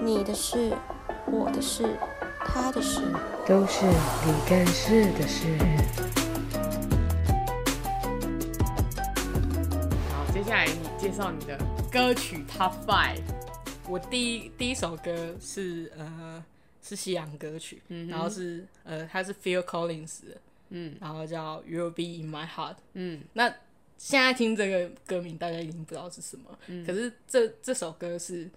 你的事、我的事、他的事。都是你干事的事。好，接下来你介绍你的歌曲 Top Five。我第一第一首歌是呃是西洋歌曲，然后是呃它是 Phil Collins 的，嗯然后叫 You'll Be in My Heart。嗯，那现在听这个歌名，大家已经不知道是什么，嗯可是这这首歌是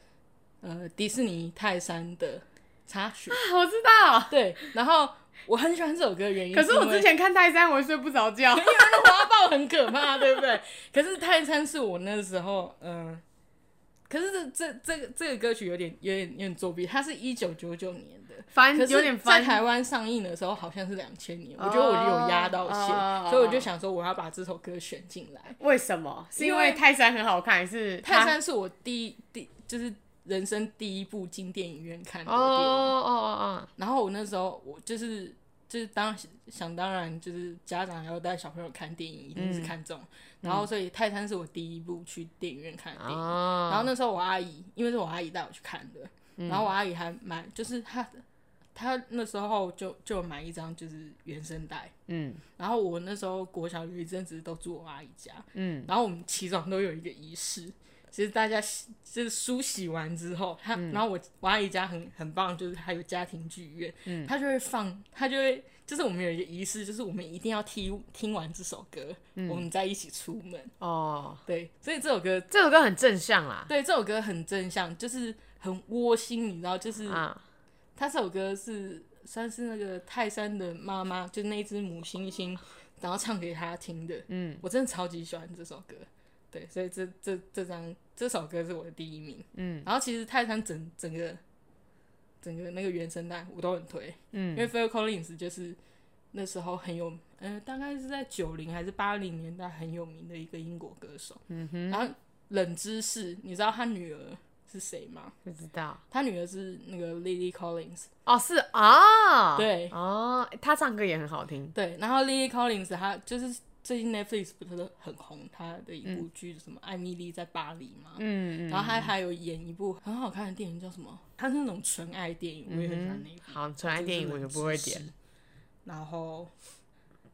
呃迪士尼泰山的插曲， 我知道。对，然后我很喜欢这首歌的原因，可是我因为之前看泰山，我会睡不着 觉。花豹很可怕，对不对？可是泰山是我那时候，嗯、可是这这这个这个歌曲有点有点有点作弊，它是一九九九年的。翻可有点是，在翻台湾上映的时候好像是两千年，哦我觉得我有压到线哦哦哦所以我就想说我要把这首歌选进来。为什么？是因为因为泰山很好看，还是它泰山是我第一第就是人生第一部进电影院看的哦电影哦哦，然后我那时候我就是就是当想当然就是家长要带小朋友看电影，一定是看这种。嗯然后所以《泰山》是我第一部去电影院看的电影。哦然后那时候我阿姨，因为是我阿姨带我去看的，嗯然后我阿姨还买，就是她她那时候就就买一张就是原声带。嗯然后我那时候国小有一阵子都住我阿姨家，嗯然后我们起床都有一个仪式，就是大家洗就是梳洗完之后，他、然后我我阿姨家很很棒，就是还有家庭剧院，他就会放，他就会就是我们有一个仪式，就是我们一定要听听完这首歌，我们再一起出门。哦，对，所以这首歌这首歌很正向啦。对这首歌很正向，就是很窝心，你知道，就是、啊，他这首歌是算是那个泰山的妈妈，就那一只母猩猩，然后唱给他听的。嗯，我真的超级喜欢这首歌，对，所以这这这张这首歌是我的第一名。嗯，然后其实泰山整整个整个那个原声带我都很推，因嗯为 Phil Collins 就是那时候很有，呃，大概是在九零还是八零年代很有名的一个英国歌手。嗯哼，然后冷知识，你知道他女儿是谁吗？不知道。他女儿是那个 Lily Collins。哦，是啊，对哦，他唱歌也很好听。对，然后 Lily Collins 她就是最近 Netflix 不是很红，她的一部剧什么《艾米丽在巴黎》嘛，嗯，然后她还有演一部很好看的电影叫什么？她是那种纯爱电影，我也很喜欢那一部。好，纯嗯爱电影我就不会这是点嗯冷知识。然后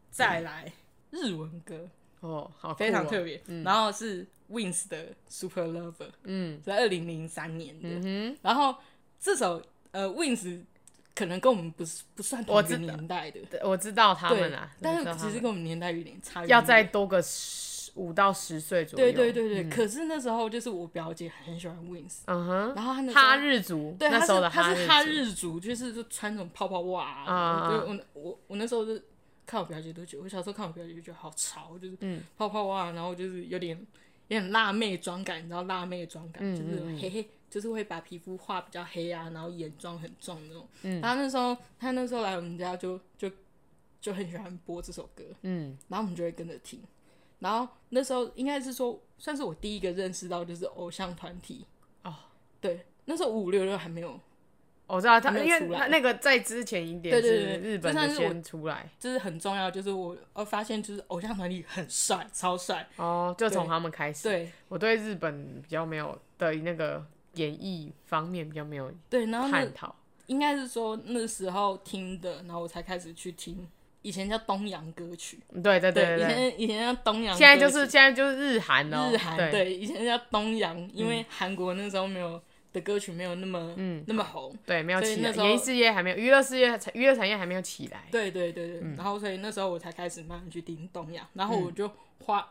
再来日文歌，哦，好酷哦，非常特别。然后是 Wins 的《Super Lover》，嗯，在二零零三年的。嗯然后这首呃 Wins 可能跟我们不是不算同我一个知道年代的。对。我知道他对，们啦，但我知道是他其实们跟我们年代有点差远远，要再多个十五到十岁左右。对对对对。可是那时候就是我表姐很喜欢 Wins，嗯哼，然后她那时候哈，日族，对，那时候的她是她是日哈哈，日族，就是就穿那种泡泡袜啊，啊对我我我那时候就看我表姐都觉得，我小时候看我表姐就觉得好潮，就是嗯泡泡袜，然后就是有点有点辣妹妆感，你知道辣妹妆感、嗯就是黑黑。就是会把皮肤画比较黑啊，然后眼妆很重那种。嗯，然后那时候她那时候来我们家就就就很喜欢播这首歌，嗯然后我们就会跟着听。然后那时候应该是说，算是我第一个认识到就是偶像团体哦。对，那时候五五六六还没有，我哦知道他，还没因有为出来那那个在之前一点对对是对日本就的算是我先出来就是很重要。就是我呃发现就是偶像团体很帅，超帅。哦，就从对他们开始。对我对日本比较没有的那个演艺方面比较没有对，然后那探讨。应该是说那时候听的，然后我才开始去听，以前叫东洋歌曲，对对对以对对，前以前叫东洋歌现在曲，就是现在就是日韩哦，日韩，对嗯对，以前叫东洋，因为韩国那时候没有的歌曲没有那么嗯那么红，对，没有所以起那来，时候演艺事业还没有，娱乐事业娱乐产业还没有起来。对对对对，嗯然后所以那时候我才开始慢慢去听东洋，然后我就花，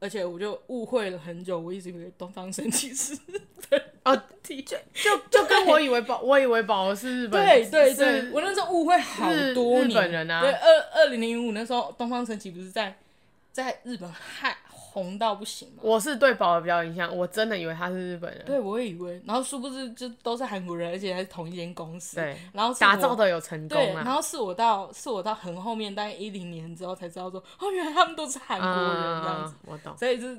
而且我就误会了很久，我一直以为东方神起是哦，就就就跟我以为宝，我以为宝是日本，对对是对，我那时候误会好日多年。日本人啊对，二二零零五那时候东方神起不是在在日本嗨红到不行吗？我是对宝比较有印象，我真的以为他是日本人，对，我也以为，然后殊不知就都是韩国人，而且还是同一间公司。对，然后是打我造的有成对，功然啊。后是我到是我到很后面，大概一零年之后才知道说，哦，原来他们都是韩国人这样子。嗯，我懂。所以就是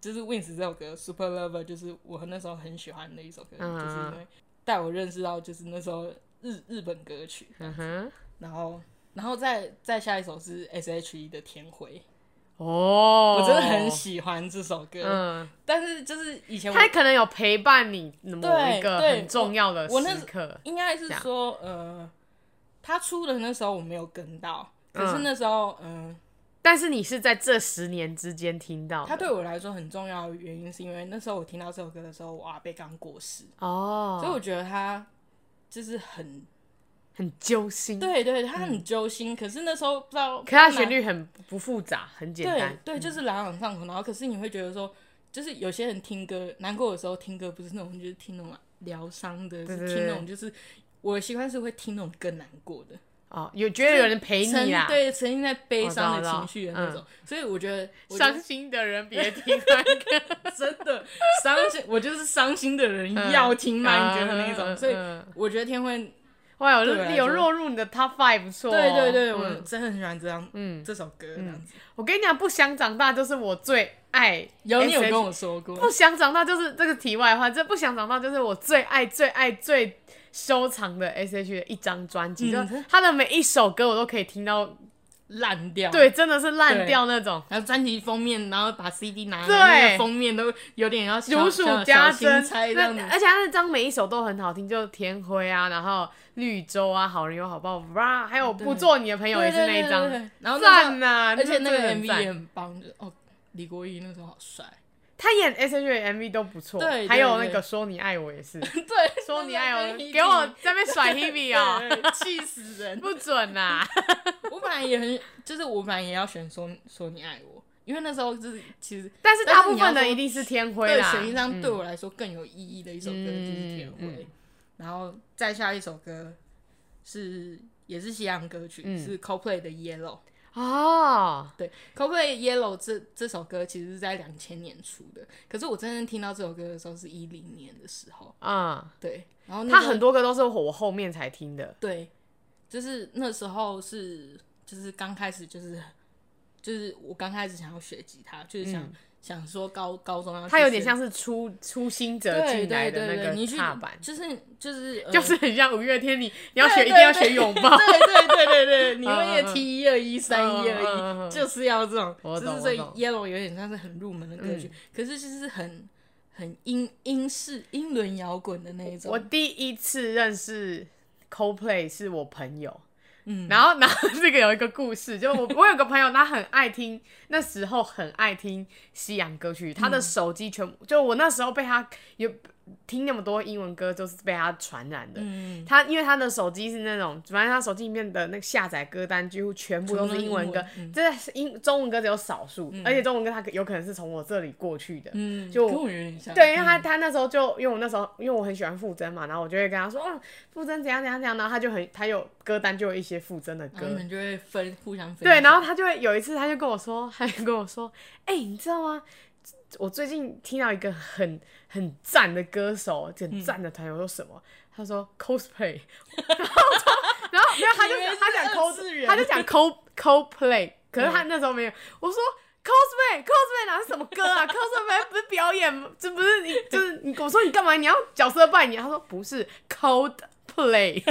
就是 Wins 这首歌《Super Lover》，就是我那时候很喜欢的一首歌，嗯就是因为带我认识到就是那时候日日本歌曲，嗯哼，然后然后再再下一首是 S.H.E E 的《天灰》，哦，我真的很喜欢这首歌。嗯，但是就是以前我他可能有陪伴你某对一个对很重要的我我那时刻，应该是这样说，呃，他出的那时候我没有跟到，可是嗯那时候，嗯、但是你是在这十年之间听到的他对我来说很重要的原因是因为那时候我听到这首歌的时候，我阿贝刚过世，哦，嗯所以我觉得他就是很很揪心。，对对，他很揪心。可是那时候不知道，可是它旋律很不复杂，很简对单。嗯对，就是朗朗上口。然后可是你会觉得说，就是有些人听歌难过的时候听歌不是那种就是听那种疗伤的，对是对听那对种就是我的习惯是会听那种更难过的。哦，有觉得有人陪沉你啊啦。对，沉浸在悲伤我知的道情绪的那嗯种，所以我觉得 我觉得伤心的人别听啊那个真 的啊 伤心，我就是伤心的人嗯要听慢歌的嗯那嗯种，嗯所以嗯我觉得天慧，哇，对我来有说有落入你的 top five 不错哦。对对对，我嗯真的很喜欢这张嗯，这首歌，这样子。我跟你讲，不想长大就是我最爱。有你有 SH 跟我说过，哎不想长大就是这个题外话，这不想长大就是我最爱最爱最收藏的 S H 的一张专辑，嗯就是他的每一首歌我都可以听到，烂掉，对，，真的是烂对掉那种。然后专辑封面，然后把 CD 拿对来，那个封面都有点要小如数家珍，小小心猜这样子那而哎且他那张每一首都很好听，就《天灰》啊，然后《绿洲》啊，《好人有好报》哇，还有《不做你的朋友》也是那一张对，对对对然后那时候赞呐！而且那真的个很 MV 也赞，很棒，就是哦，李国毅那时候好 帅，他演 S H 的 MV 都不错，对对还有那对个说你爱我也是，对，说你爱我，那个给我在那边甩 Hebe 啊、对对气死人，不准呐、我本来也很，就是我本来也要选说说你爱我，因为那时候就是其实但是但大是部你要分的说一定是天灰对啦。选一张嗯对我来说更有意义的一首歌就是天嗯嗯灰，然后再下一首歌是也是西洋歌曲，嗯是 Coldplay 的 Yellow。哦，对，Coldplay Yellow 这这首歌其实是在两千年出的，可是我真正听到这首歌的时候是一零年的时候，嗯，对，然后那哦他时候很多歌都是我后面才听的，对，就是那时候是就是刚开始就是就是我刚开始想要学吉他，就是想、想说高高中要他嗯有点去学像是初初心者对进来对的对那对，你个去踏板，就是就是、呃就是很像五月天，你你要学对一定要对对学拥抱，对对对对 对，你会嗯嗯嗯 T 一二一三一嗯嗯嗯二嗯一，就是要这种，我就懂是所以我懂嗯 Yellow 有点像是很入门的歌曲，可是就是很很英英式英伦摇滚的那一种。嗯我第一次认识 CoPlay 是我朋友，嗯然后然 后这个有一个故事，就我我有个朋友，他很爱听，那时候很爱听西洋歌曲，他的手机全嗯部就我那时候被他有听那么多英文歌，就是被他传染的。嗯，他因为他的手机是那种，反正他手机里面的那个下载歌单几乎全部都是英文歌全部都是英文嗯，这是英中文歌只有少数，而且中文歌他有可能是从我这里过去的，嗯，就跟我有点像。对，因为他他那时候就因为我那时候因为我很喜欢傅征嘛，然后我就会跟他说，哦，傅征怎样怎样怎样，然后他就很他有歌单就有一些傅征的然后歌哦你，们就会分互相分享。对，然后他就会有一次他就跟我说， 他就跟我说，哎、你知道吗？我最近听到一个很很赞的歌手，很赞的团友说什么？他说 cosplay，然后我说然后没有，他就以为讲是他讲二 次 cos，元他就讲 co cosplay，可是他嗯那时候没有，我说。cosplay cosplay 哪是什么歌 啊？cosplay 不是表演，这不是你就是你。我说你干嘛？你要角色扮演？他说不是 cosplay。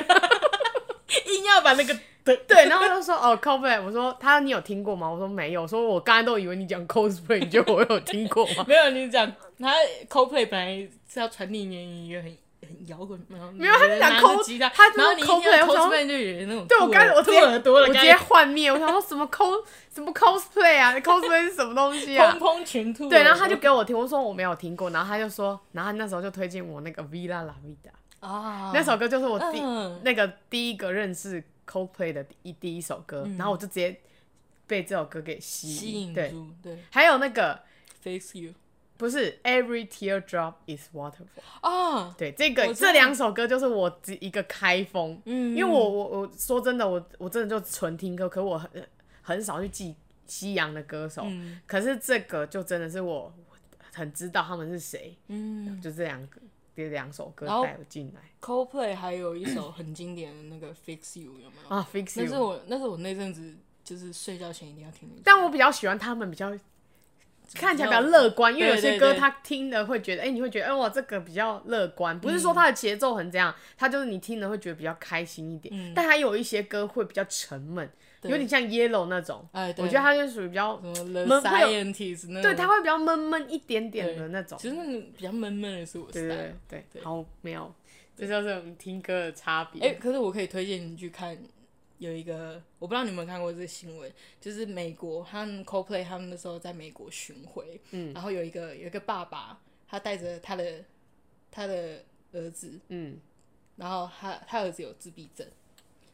硬要把 那个？对，然后他就说哦 cosplay，我说他你有听过吗？我说没有，我说我刚才都以为你讲 cosplay，你觉得我有听过吗没有你讲，他 CoPlay 本来是要传递你一个很很摇滚，然后没有他就讲拿着 Co- 吉他，他就是然后你一听 Coldplay，我想说 CoPlay 就有那 种对，我刚才我直吐接耳朵我了，直接幻灭，我想说什么 cos 什么 cosplay 啊，cosplay 是什么东西啊砰？砰群吐耳朵。对，然后他就给我听，我说我没有听过，然后他就说，然后他那时候就推荐我那个 Villa La Vida，、啊，那首歌就是我第、嗯那个第一个认识 Coldplay 的第一第一首歌，然后我就直接被这首歌给嗯吸吸引对，住，对还有那个，Face You 不是 Every teardrop is waterfall。啊，对，这个我知道这两首歌就是我只一个开封，嗯因为我我我说真的，我我真的就纯听歌，可我很很少去记西洋的歌手，嗯可是这个就真的是我很知道他们是谁，嗯就这两个这两首歌然后带我进来，CoPlay 还有一首很经典的那个 Fix You 有没有？啊，Fix 那是 You。我那是我那阵子就是睡觉前一定要听的一首，但我比较喜欢他们比较看起来比较乐观，因为有些歌他听了会觉得，哎、你会觉得，哎、哇，这个比较乐观，不是说它的节嗯奏很这样，它就是你听了会觉得比较开心一点。但还有一些歌会比较沉闷，对有点像 yellow 那种。哎，我觉得它就属于比较什，么 The 闷会有 Scientist 那种对，它会比较闷闷一点点的对那种。其实那种比较闷闷的是我对 style 对对对，对好没有，这就是我们听歌的差别。哎、可是我可以推荐你去看有一个，我不知道你有没有看过这个新闻，就是美国他们 CoPlay 他们那时候在美国巡回，嗯，然后有一个有一个爸爸，他带着他的他的儿子，嗯然后他他儿子有自闭症，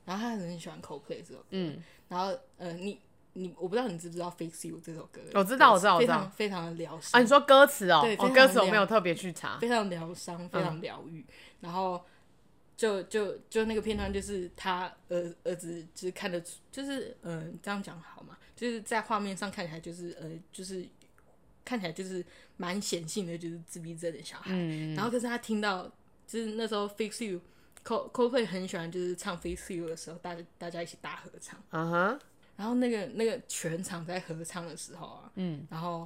然后他很喜欢 CoPlay 这首歌，嗯，然后呃你。你我不知道你知不知道《Fix You》这首歌，我知道我知道我非知道常非常的疗伤啊，你说歌词哦对，非哦，常歌词我亮没有特别去查。非常疗伤，非常疗愈。然后就就就那个片段，就是他儿儿子就是看得出，就是嗯、呃这样讲好嘛？就是在画面上看起来就是呃，就是看起来就是蛮显性的，就是自闭症的小孩。然后可是他听到，就是那时候 Fix You。Co Coldplay 很喜欢就是唱《Fix You》的时候，大家大家一起大合唱。嗯哼，然后那个那个全场在合唱的时候啊，嗯，然后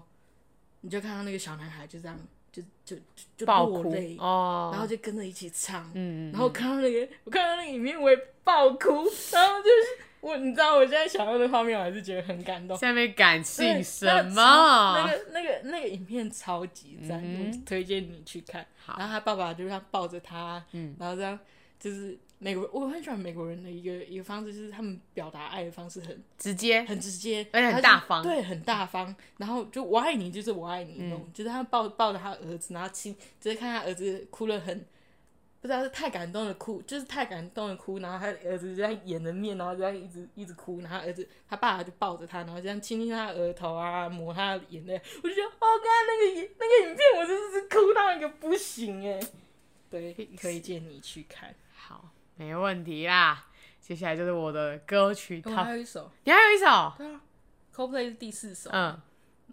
你就看到那个小男孩就这样就就就就爆落哭泪，哦，然后就跟着一起唱，嗯，然后看到那个我看到那个影片我也爆哭，然后就是我你知道我现在想到的画面我还是觉得很感 动。下面感性对什那么？个超那个那个那个影片超级赞，我推荐你去看。嗯好嗯然后他爸爸就让抱着他，然后这样就是美国，我很喜欢美国人的一个一个方式，就是他们表达爱的方式很直接很直接，而且很他就大方对，很大方。然后就我爱你，就是我爱你那种，嗯就是他抱抱着他儿子，然后亲，就是看他儿子哭了很，不知道是太感动了哭，就是太感动了哭，然后他儿子就在掩着面，然后就在一直一直哭，然后他儿子他爸爸就抱着他，然后这样亲亲他的额头啊，抹他的眼泪，我就觉得哦，刚才那个影那个影片，我真的是哭到一个不行哎。对，推荐你去看。好，没问题啦。接下来就是我的歌曲我 top，哦还有一首，你还有一首，对啊，CoPlay 是第四首，嗯，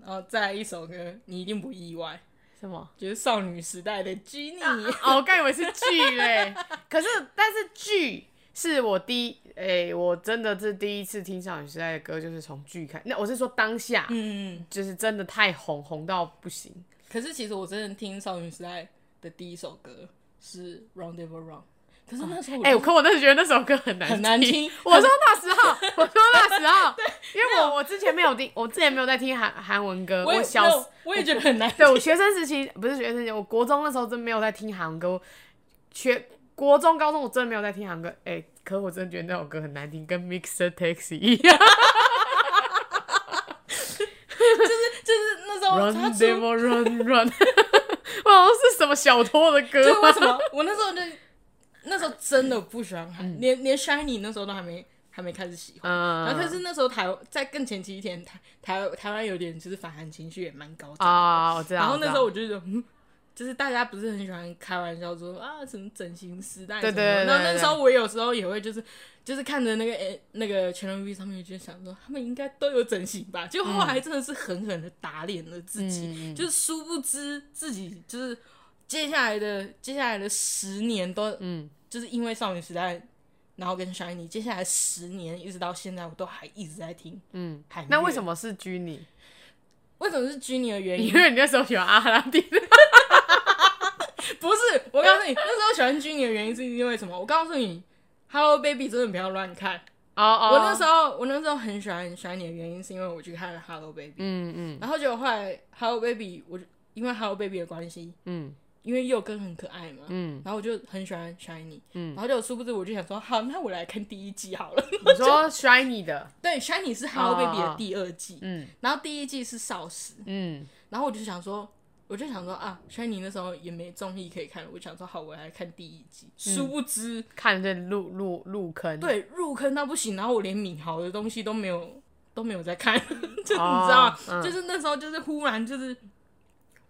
然后再来一首歌，你一定不意外。什么？就是少女时代的 Jenny，哦，我刚以为是剧嘞， 可是但是剧是我第一，诶、我真的是第一次听少女时代的歌，就是从剧开。那我是说当下，嗯，就是真的太红，红到不行。可是其实我真的听少女时代的第一首歌是 Round e v e r Round，可是那时候我哎、就可我真的觉得那首歌很难嗯很难听 我说那时 候，我说那时候，因为我我之前没有听，我之前没有在听韩韩文歌，我也小没有我也觉得很难对我学生时期不是学生时期，我国中那时候真没有在听韩歌，我学国中、高中我真的没有在听韩歌。哎、可我真的觉得那首歌很难听，跟 Mixer Taxi 一样。就是那时候 Run 哦他出， Devil Run Run，我好像是什么小偷的歌就吗为什么我那时候就那时候真的不喜欢韩，连连 Shiny 那时候都还没还没开始喜欢。嗯，然后可是那时候台在更前期一点，台台台湾有点就是反韩情绪也蛮高涨的啊，我知道。然后那时候我我就觉得，嗯，就是大家不是很喜欢开玩笑说啊什么整形时代对什么对的，对对然后对那时候我有时候也会就是就是看着那个诶那个全能 V 上面就想说他们应该都有整形吧，就后来嗯真的是狠狠的打脸了自己，就是殊不知自己就是接下来的接下来的十年都嗯就是因为少女时代。然后跟 Shiny，接下来十年一直到现在，我都还一直在听。嗯，那为什么么是 j u n i 为什么是 Jenny 的原因？ 因为你那时候喜欢阿拉丁，不是，我告诉你，那时候喜欢军你的原因是因为什么？我告诉你，Hello Baby 真的不要乱看。哦哦，我那时候，我那时候很喜欢很喜欢你的原因是因为我去看了 Hello Baby，、嗯嗯然后结果后来 Hello Baby，我就因为 Hello Baby 的关系，嗯因为佑根很可爱嘛，嗯，然后我就很喜欢 Shiny，嗯然后就殊不知我就想说，好，那我来看第一季好了。 你说 Shiny 的，对，Shiny 是 Hello Baby 哦哦的第二季，嗯然后第一季是少时，嗯然后我就想说，我就想说啊，Shiny 那时候也没综艺可以看，我想说好，我来看第一季。殊嗯不知，看这入入入坑，，对入坑到不行，然后我连米豪的东西都没有都没有在看， 就你知哦道吗？嗯就是那时候就是忽然就是，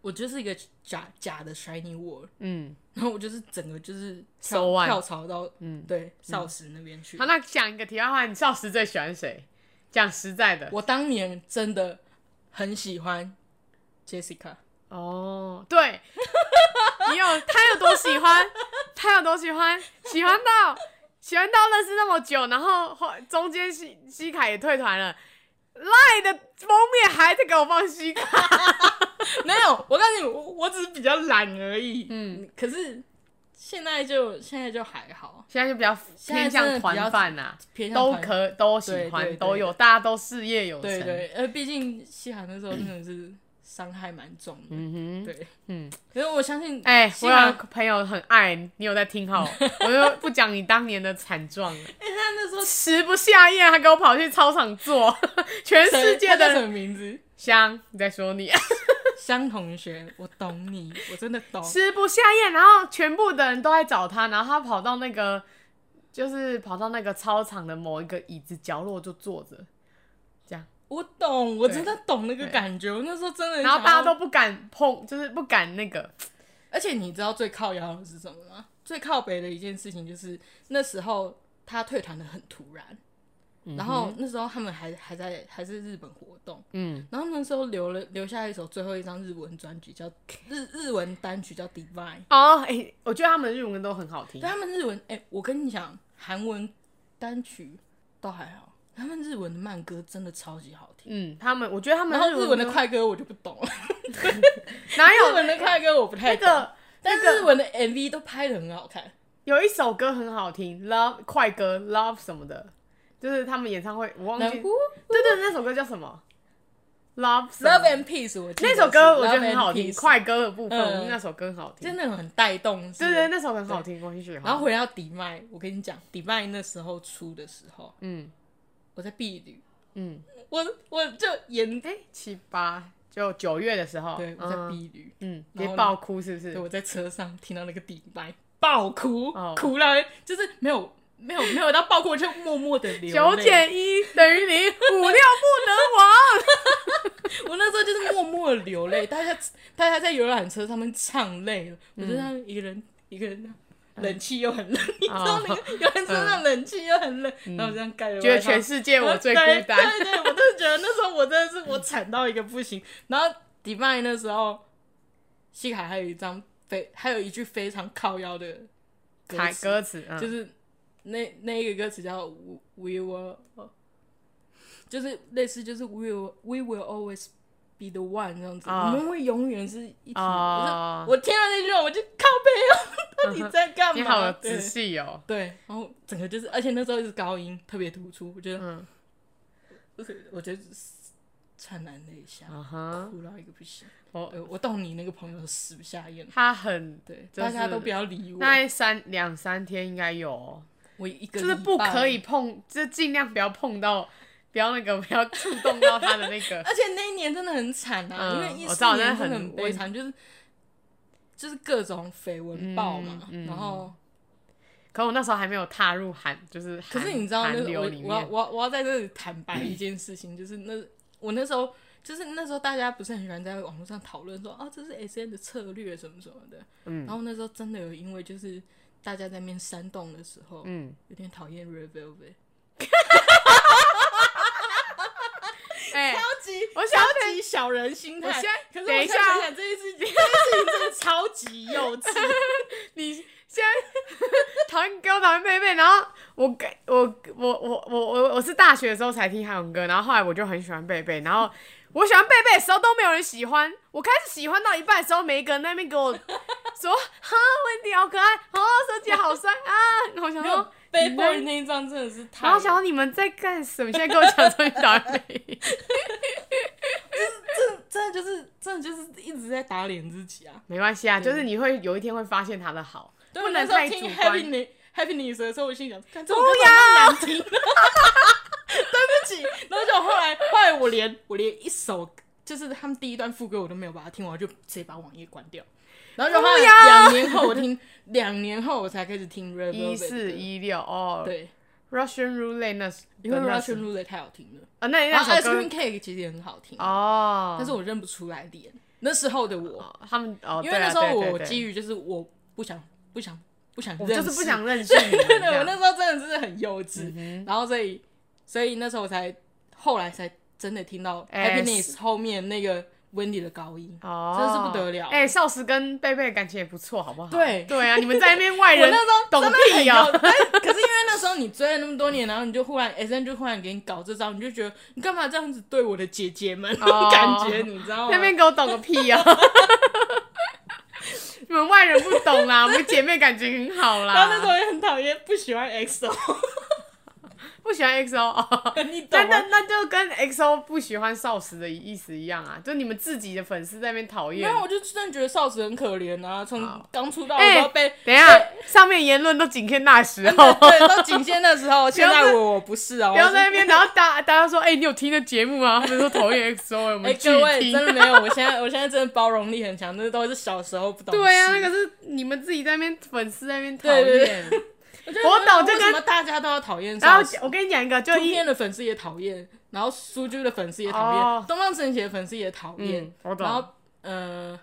我就是一个假假的 Shiny World，嗯，然后我就是整个就是手跳腕跳槽到嗯对少时那边去好，。那讲一个题外话，你少时最喜欢谁？讲实在的，我当年真的很喜欢 Jessica，哦， 对，你有他有多喜欢，他有多喜欢，喜欢到喜欢到认识那么久，然后后中间西西凯也退团了，赖的封面还在给我放西凯，没有，我告诉你，我我只是比较懒而已。嗯，可是现在就现在就还好，现在就比较现在偏真的向比较团饭呐、偏向都团可都喜对对欢，对都有，大家都事业有成。对对，呃，毕竟西海那时候真的是伤害蛮重的，嗯哼，对，嗯，可是我相信，哎、西我海有个朋友很爱你，你有在听 好，我就不讲你当年的惨状了，哎、他那时候食不下咽，还给我跑去操场坐， 全世界他叫什的么名字？香你在说你 香同学，我懂你，我真的懂。食不下咽，然后全部的人都在找他，然后他跑到那个就是跑到那个操场的某一个椅子角落就坐着，这样。我懂，我对真的懂那个对感觉。我那时候真的，然后大家都，不敢碰，就是不敢那个，而且你知道最靠摇的是什么吗？最靠北的一件事情就是那时候他退团的很突然，然后那时候他们还还在还是日本活动，嗯，然后那时候留了留下一首最后一张日文专辑叫日日文单曲叫 Divine，哦，哎、我觉得他们的日文都很好听对，他们日文，哎、我跟你讲，韩文单曲都还好，他们日文的慢歌真的超级好听。嗯，他们我觉得他们然后日文的都快歌我就不懂了，哪有日文的快歌我不太那懂，个但那个是日文的 MV 都拍的很好看。有一首歌很好听，Love 快歌 Love 什么的，就是他们演唱会，我忘然记，后对对，那首歌叫什么？Love 什么 Love and Peace，我记那得是首歌我觉 Love 得很好 and 听， Peace 快歌的部分，嗯我觉得那首歌很好听，真的很带动。对是对，那首很好听，我很喜欢。然后回到迪麦，我跟你讲，迪麦那时候出的时候，嗯我在避旅，嗯，我我就演，哎、七八就九月的时候，对，我在嗯避旅，嗯，然别后呢爆哭是不是对，？我在车上听到那个底白爆哭，哦哭到就是没有没有没有到爆哭，我就默默的流九泪。减一等于零，五 六不能亡。我那时候就是默默的流泪， 大家大家在游览车上面唱累了，我嗯就这样一个人一个人这样。冷气又很哦冷，你知道那 个游览车上冷气又很冷，然后我这样盖着外嗯套，觉得全世界我最孤单。对对对，我真的觉得那时候我真的是我惨到一个不行。然后迪拜那时候，西海还有一张非还有一句非常靠腰的 台词歌词，嗯就是那那一个歌词叫 "We- "We will"，就是类似就是 "We will we will always be the one" 这样子，啊我们会永远是一体的。啊我就我听到那句话，我就靠背哦， 到底在干嘛？你好对仔细哦。对，然后整个就是，而且那时候是高音特别突出，我觉得，嗯我觉得灿烂了一下，啊哈，哭到一个不行。我呃，我懂你那个朋友死不下咽，他很对，就是大家都不要理我，那三两三天应该有哦，我一个就是礼不拜可以碰，就是尽量不要碰到，不要那个不要触动到他的那个。而且那一年真的很惨啊，嗯因为一我知四道年那真的很很悲惨，就是就是各种绯闻爆嘛，嗯嗯然后可我那时候还没有踏入韩，就是可韩是你知道那韩个流里我我要面，我要我要在这里坦白一件事情，就是那我那时候就是那时候大家不是很喜欢在网络上讨论说啊这是 S N 的策略什么什么的，嗯然后那时候真的有因为就是大家在面煽动的时候，嗯，有点讨厌 Red Velvet，哎，超级我想超级小人心态，我现在可是等我一下现在想想这件 事情，这件事情真的超级幼稚。你现在讨厌哥，讨厌贝贝，然后我跟我我我我我我是大学的时候才听韩文歌，然后后来我就很喜欢贝贝，然后我喜欢贝贝的时候都没有人喜欢，我开始喜欢到一半的时候，每一个人在那边给我说 哈温迪好可爱，哦手姐好帅啊， 然后我想没有说。背包那一张真的是太，然后想说你们在干什么？现在跟我讲说你讨厌贝贝，真的就是真的就是一直在打脸自己啊！ 没关系啊，就是你会有一天会发现他的好，对不我那能时候太主听观 Happy。New Happy New 的时候，我心里想，看这哦首歌怎么那么难听， 对不起。然后就后来后来我连我连一首就是他们第一段副歌我都没有把它听完，我就直接把网页关掉。然后就后来两年后我听，两年后我才开始听 Red 一 Velvet 四的歌一六哦对， ，Russian Roulette 那是因为的那 Russian 是 Roulette 太好听了，啊，那然后那 Ice 首歌 Cream Cake 其实也很好听，哦，但是我认不出来脸。那时候的我，哦他们哦，因为对啊那时候对对我对基于就是我不想不想不想我认识，。就是不想 认识你们对，这我样嗯那时候真的是很幼稚，然后所以所以那时候我才后来才真的听到哎 Happiness 后面那个 Wendy 的高音，哦，真是不得了哎，少时跟贝贝感情也不错，好不好？对对啊，你们在那边外我人那时候懂真的很屁幼哦，但可是因为那时候你追了那么多年，然后你就忽然 S N 就忽然给你搞这招，你就觉得你干嘛这样子对我的姐 姐们？那种哦感觉你知道吗？那边给我懂个屁哦。 你们外人不懂啦，我们姐妹感情很好啦。然后那时候也很讨厌，不喜欢 XO，不喜欢 XO，哦 你 那懂那吗？那就跟 XO 不喜欢少时的意思一样啊，就你们自己的粉丝在那边讨没厌有，。我就真的觉得少子很可怜啊，从好刚出道的哎时候被、等一下，上面言论都仅限那时 候，对，都仅限那时 候，现在我我不是啊，不我要是在那边，然后大大家说，哎、你有听的节目吗？他们说讨厌 XO，我哎、们拒各位听。真的没有，我现在我现在真的包容力很强，那都是小时候不懂事。对啊，那个是你们自己在那边粉丝在那边讨对对厌对，我觉得我为懂这为跟什么大家都要讨厌然后少时。我跟你讲一个，就图一片的粉丝也讨厌，然后苏剧的粉丝也讨哦厌，东方神起的粉丝也讨厌嗯，，我懂。然后呃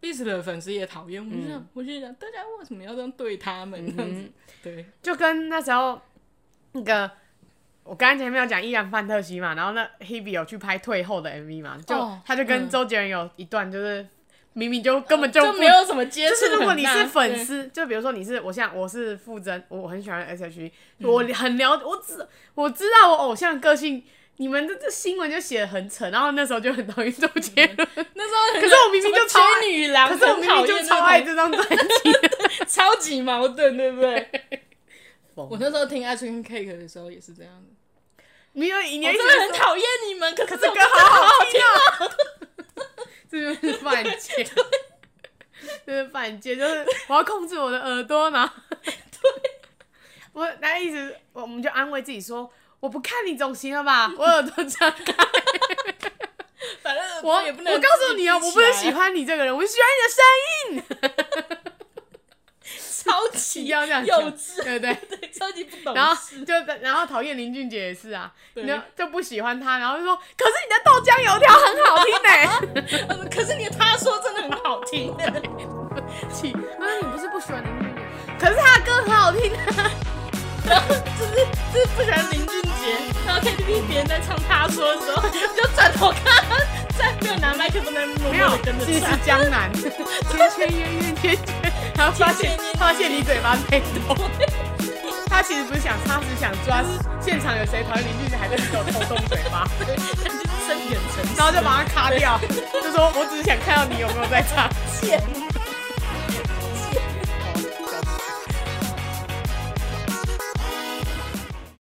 ，Beast 的粉丝也讨厌。我就嗯想，我就想，大家为什么要这样对他们？这样子，对，就跟那时候那个我刚才前面有讲依然范特西嘛，然后那 Hebe 有去拍退后的 MV 嘛，就、哦他就跟嗯哦周杰伦有一段就是、明明就根本就不没有什么接就触很大。是如果你是粉对，丝，就比如说你是我像我是傅征，我我很喜欢 S.H.E，、我嗯很了我知我知道我偶像的个性，你们的这新闻就写的很扯，然后那时候就很讨厌周杰伦，那时候可是我明明就超爱追女郎，可是我明明就超爱这张 专辑，超级矛盾，对不对？ 疯我那时候听《爱情 Cake》的时候也是这样的，没有一我年一真直的很讨厌你们，可是这我歌好好听啊！ 这就是犯贱，这是犯贱，就是我要控制我的耳朵呢。对，我那一直我们就安慰自己说，我不看你总行了吧？我耳朵张开，反正我 也不能。我告诉你哦，我不是喜，欢你这个人，我是喜欢你的声音。超 级一样这样幼讲稚，对不对？ 对，超级不懂事。然后就然后讨厌林俊杰也是啊，对然后就不喜欢他，然后就说，可是你的豆浆油条很好听呢、呃可是你他说真的很好 听，气，那你不是不喜欢林俊杰？可是他的歌很好听啊。然后就是就是不喜欢林俊杰，然后 KTV 别人在唱他说的时候，你就转头看，再没有拿麦克风在默默没有的跟，着其实是唱。江南，圈圈圆圆圈圈，然后发现发现你嘴巴被抖。他其实不是想插，他只想抓现场有谁讨厌林俊杰，还在里头偷动嘴巴，对，就是身体很诚实然后就把他卡掉，就说我只是想看到你有没有在唱。贱。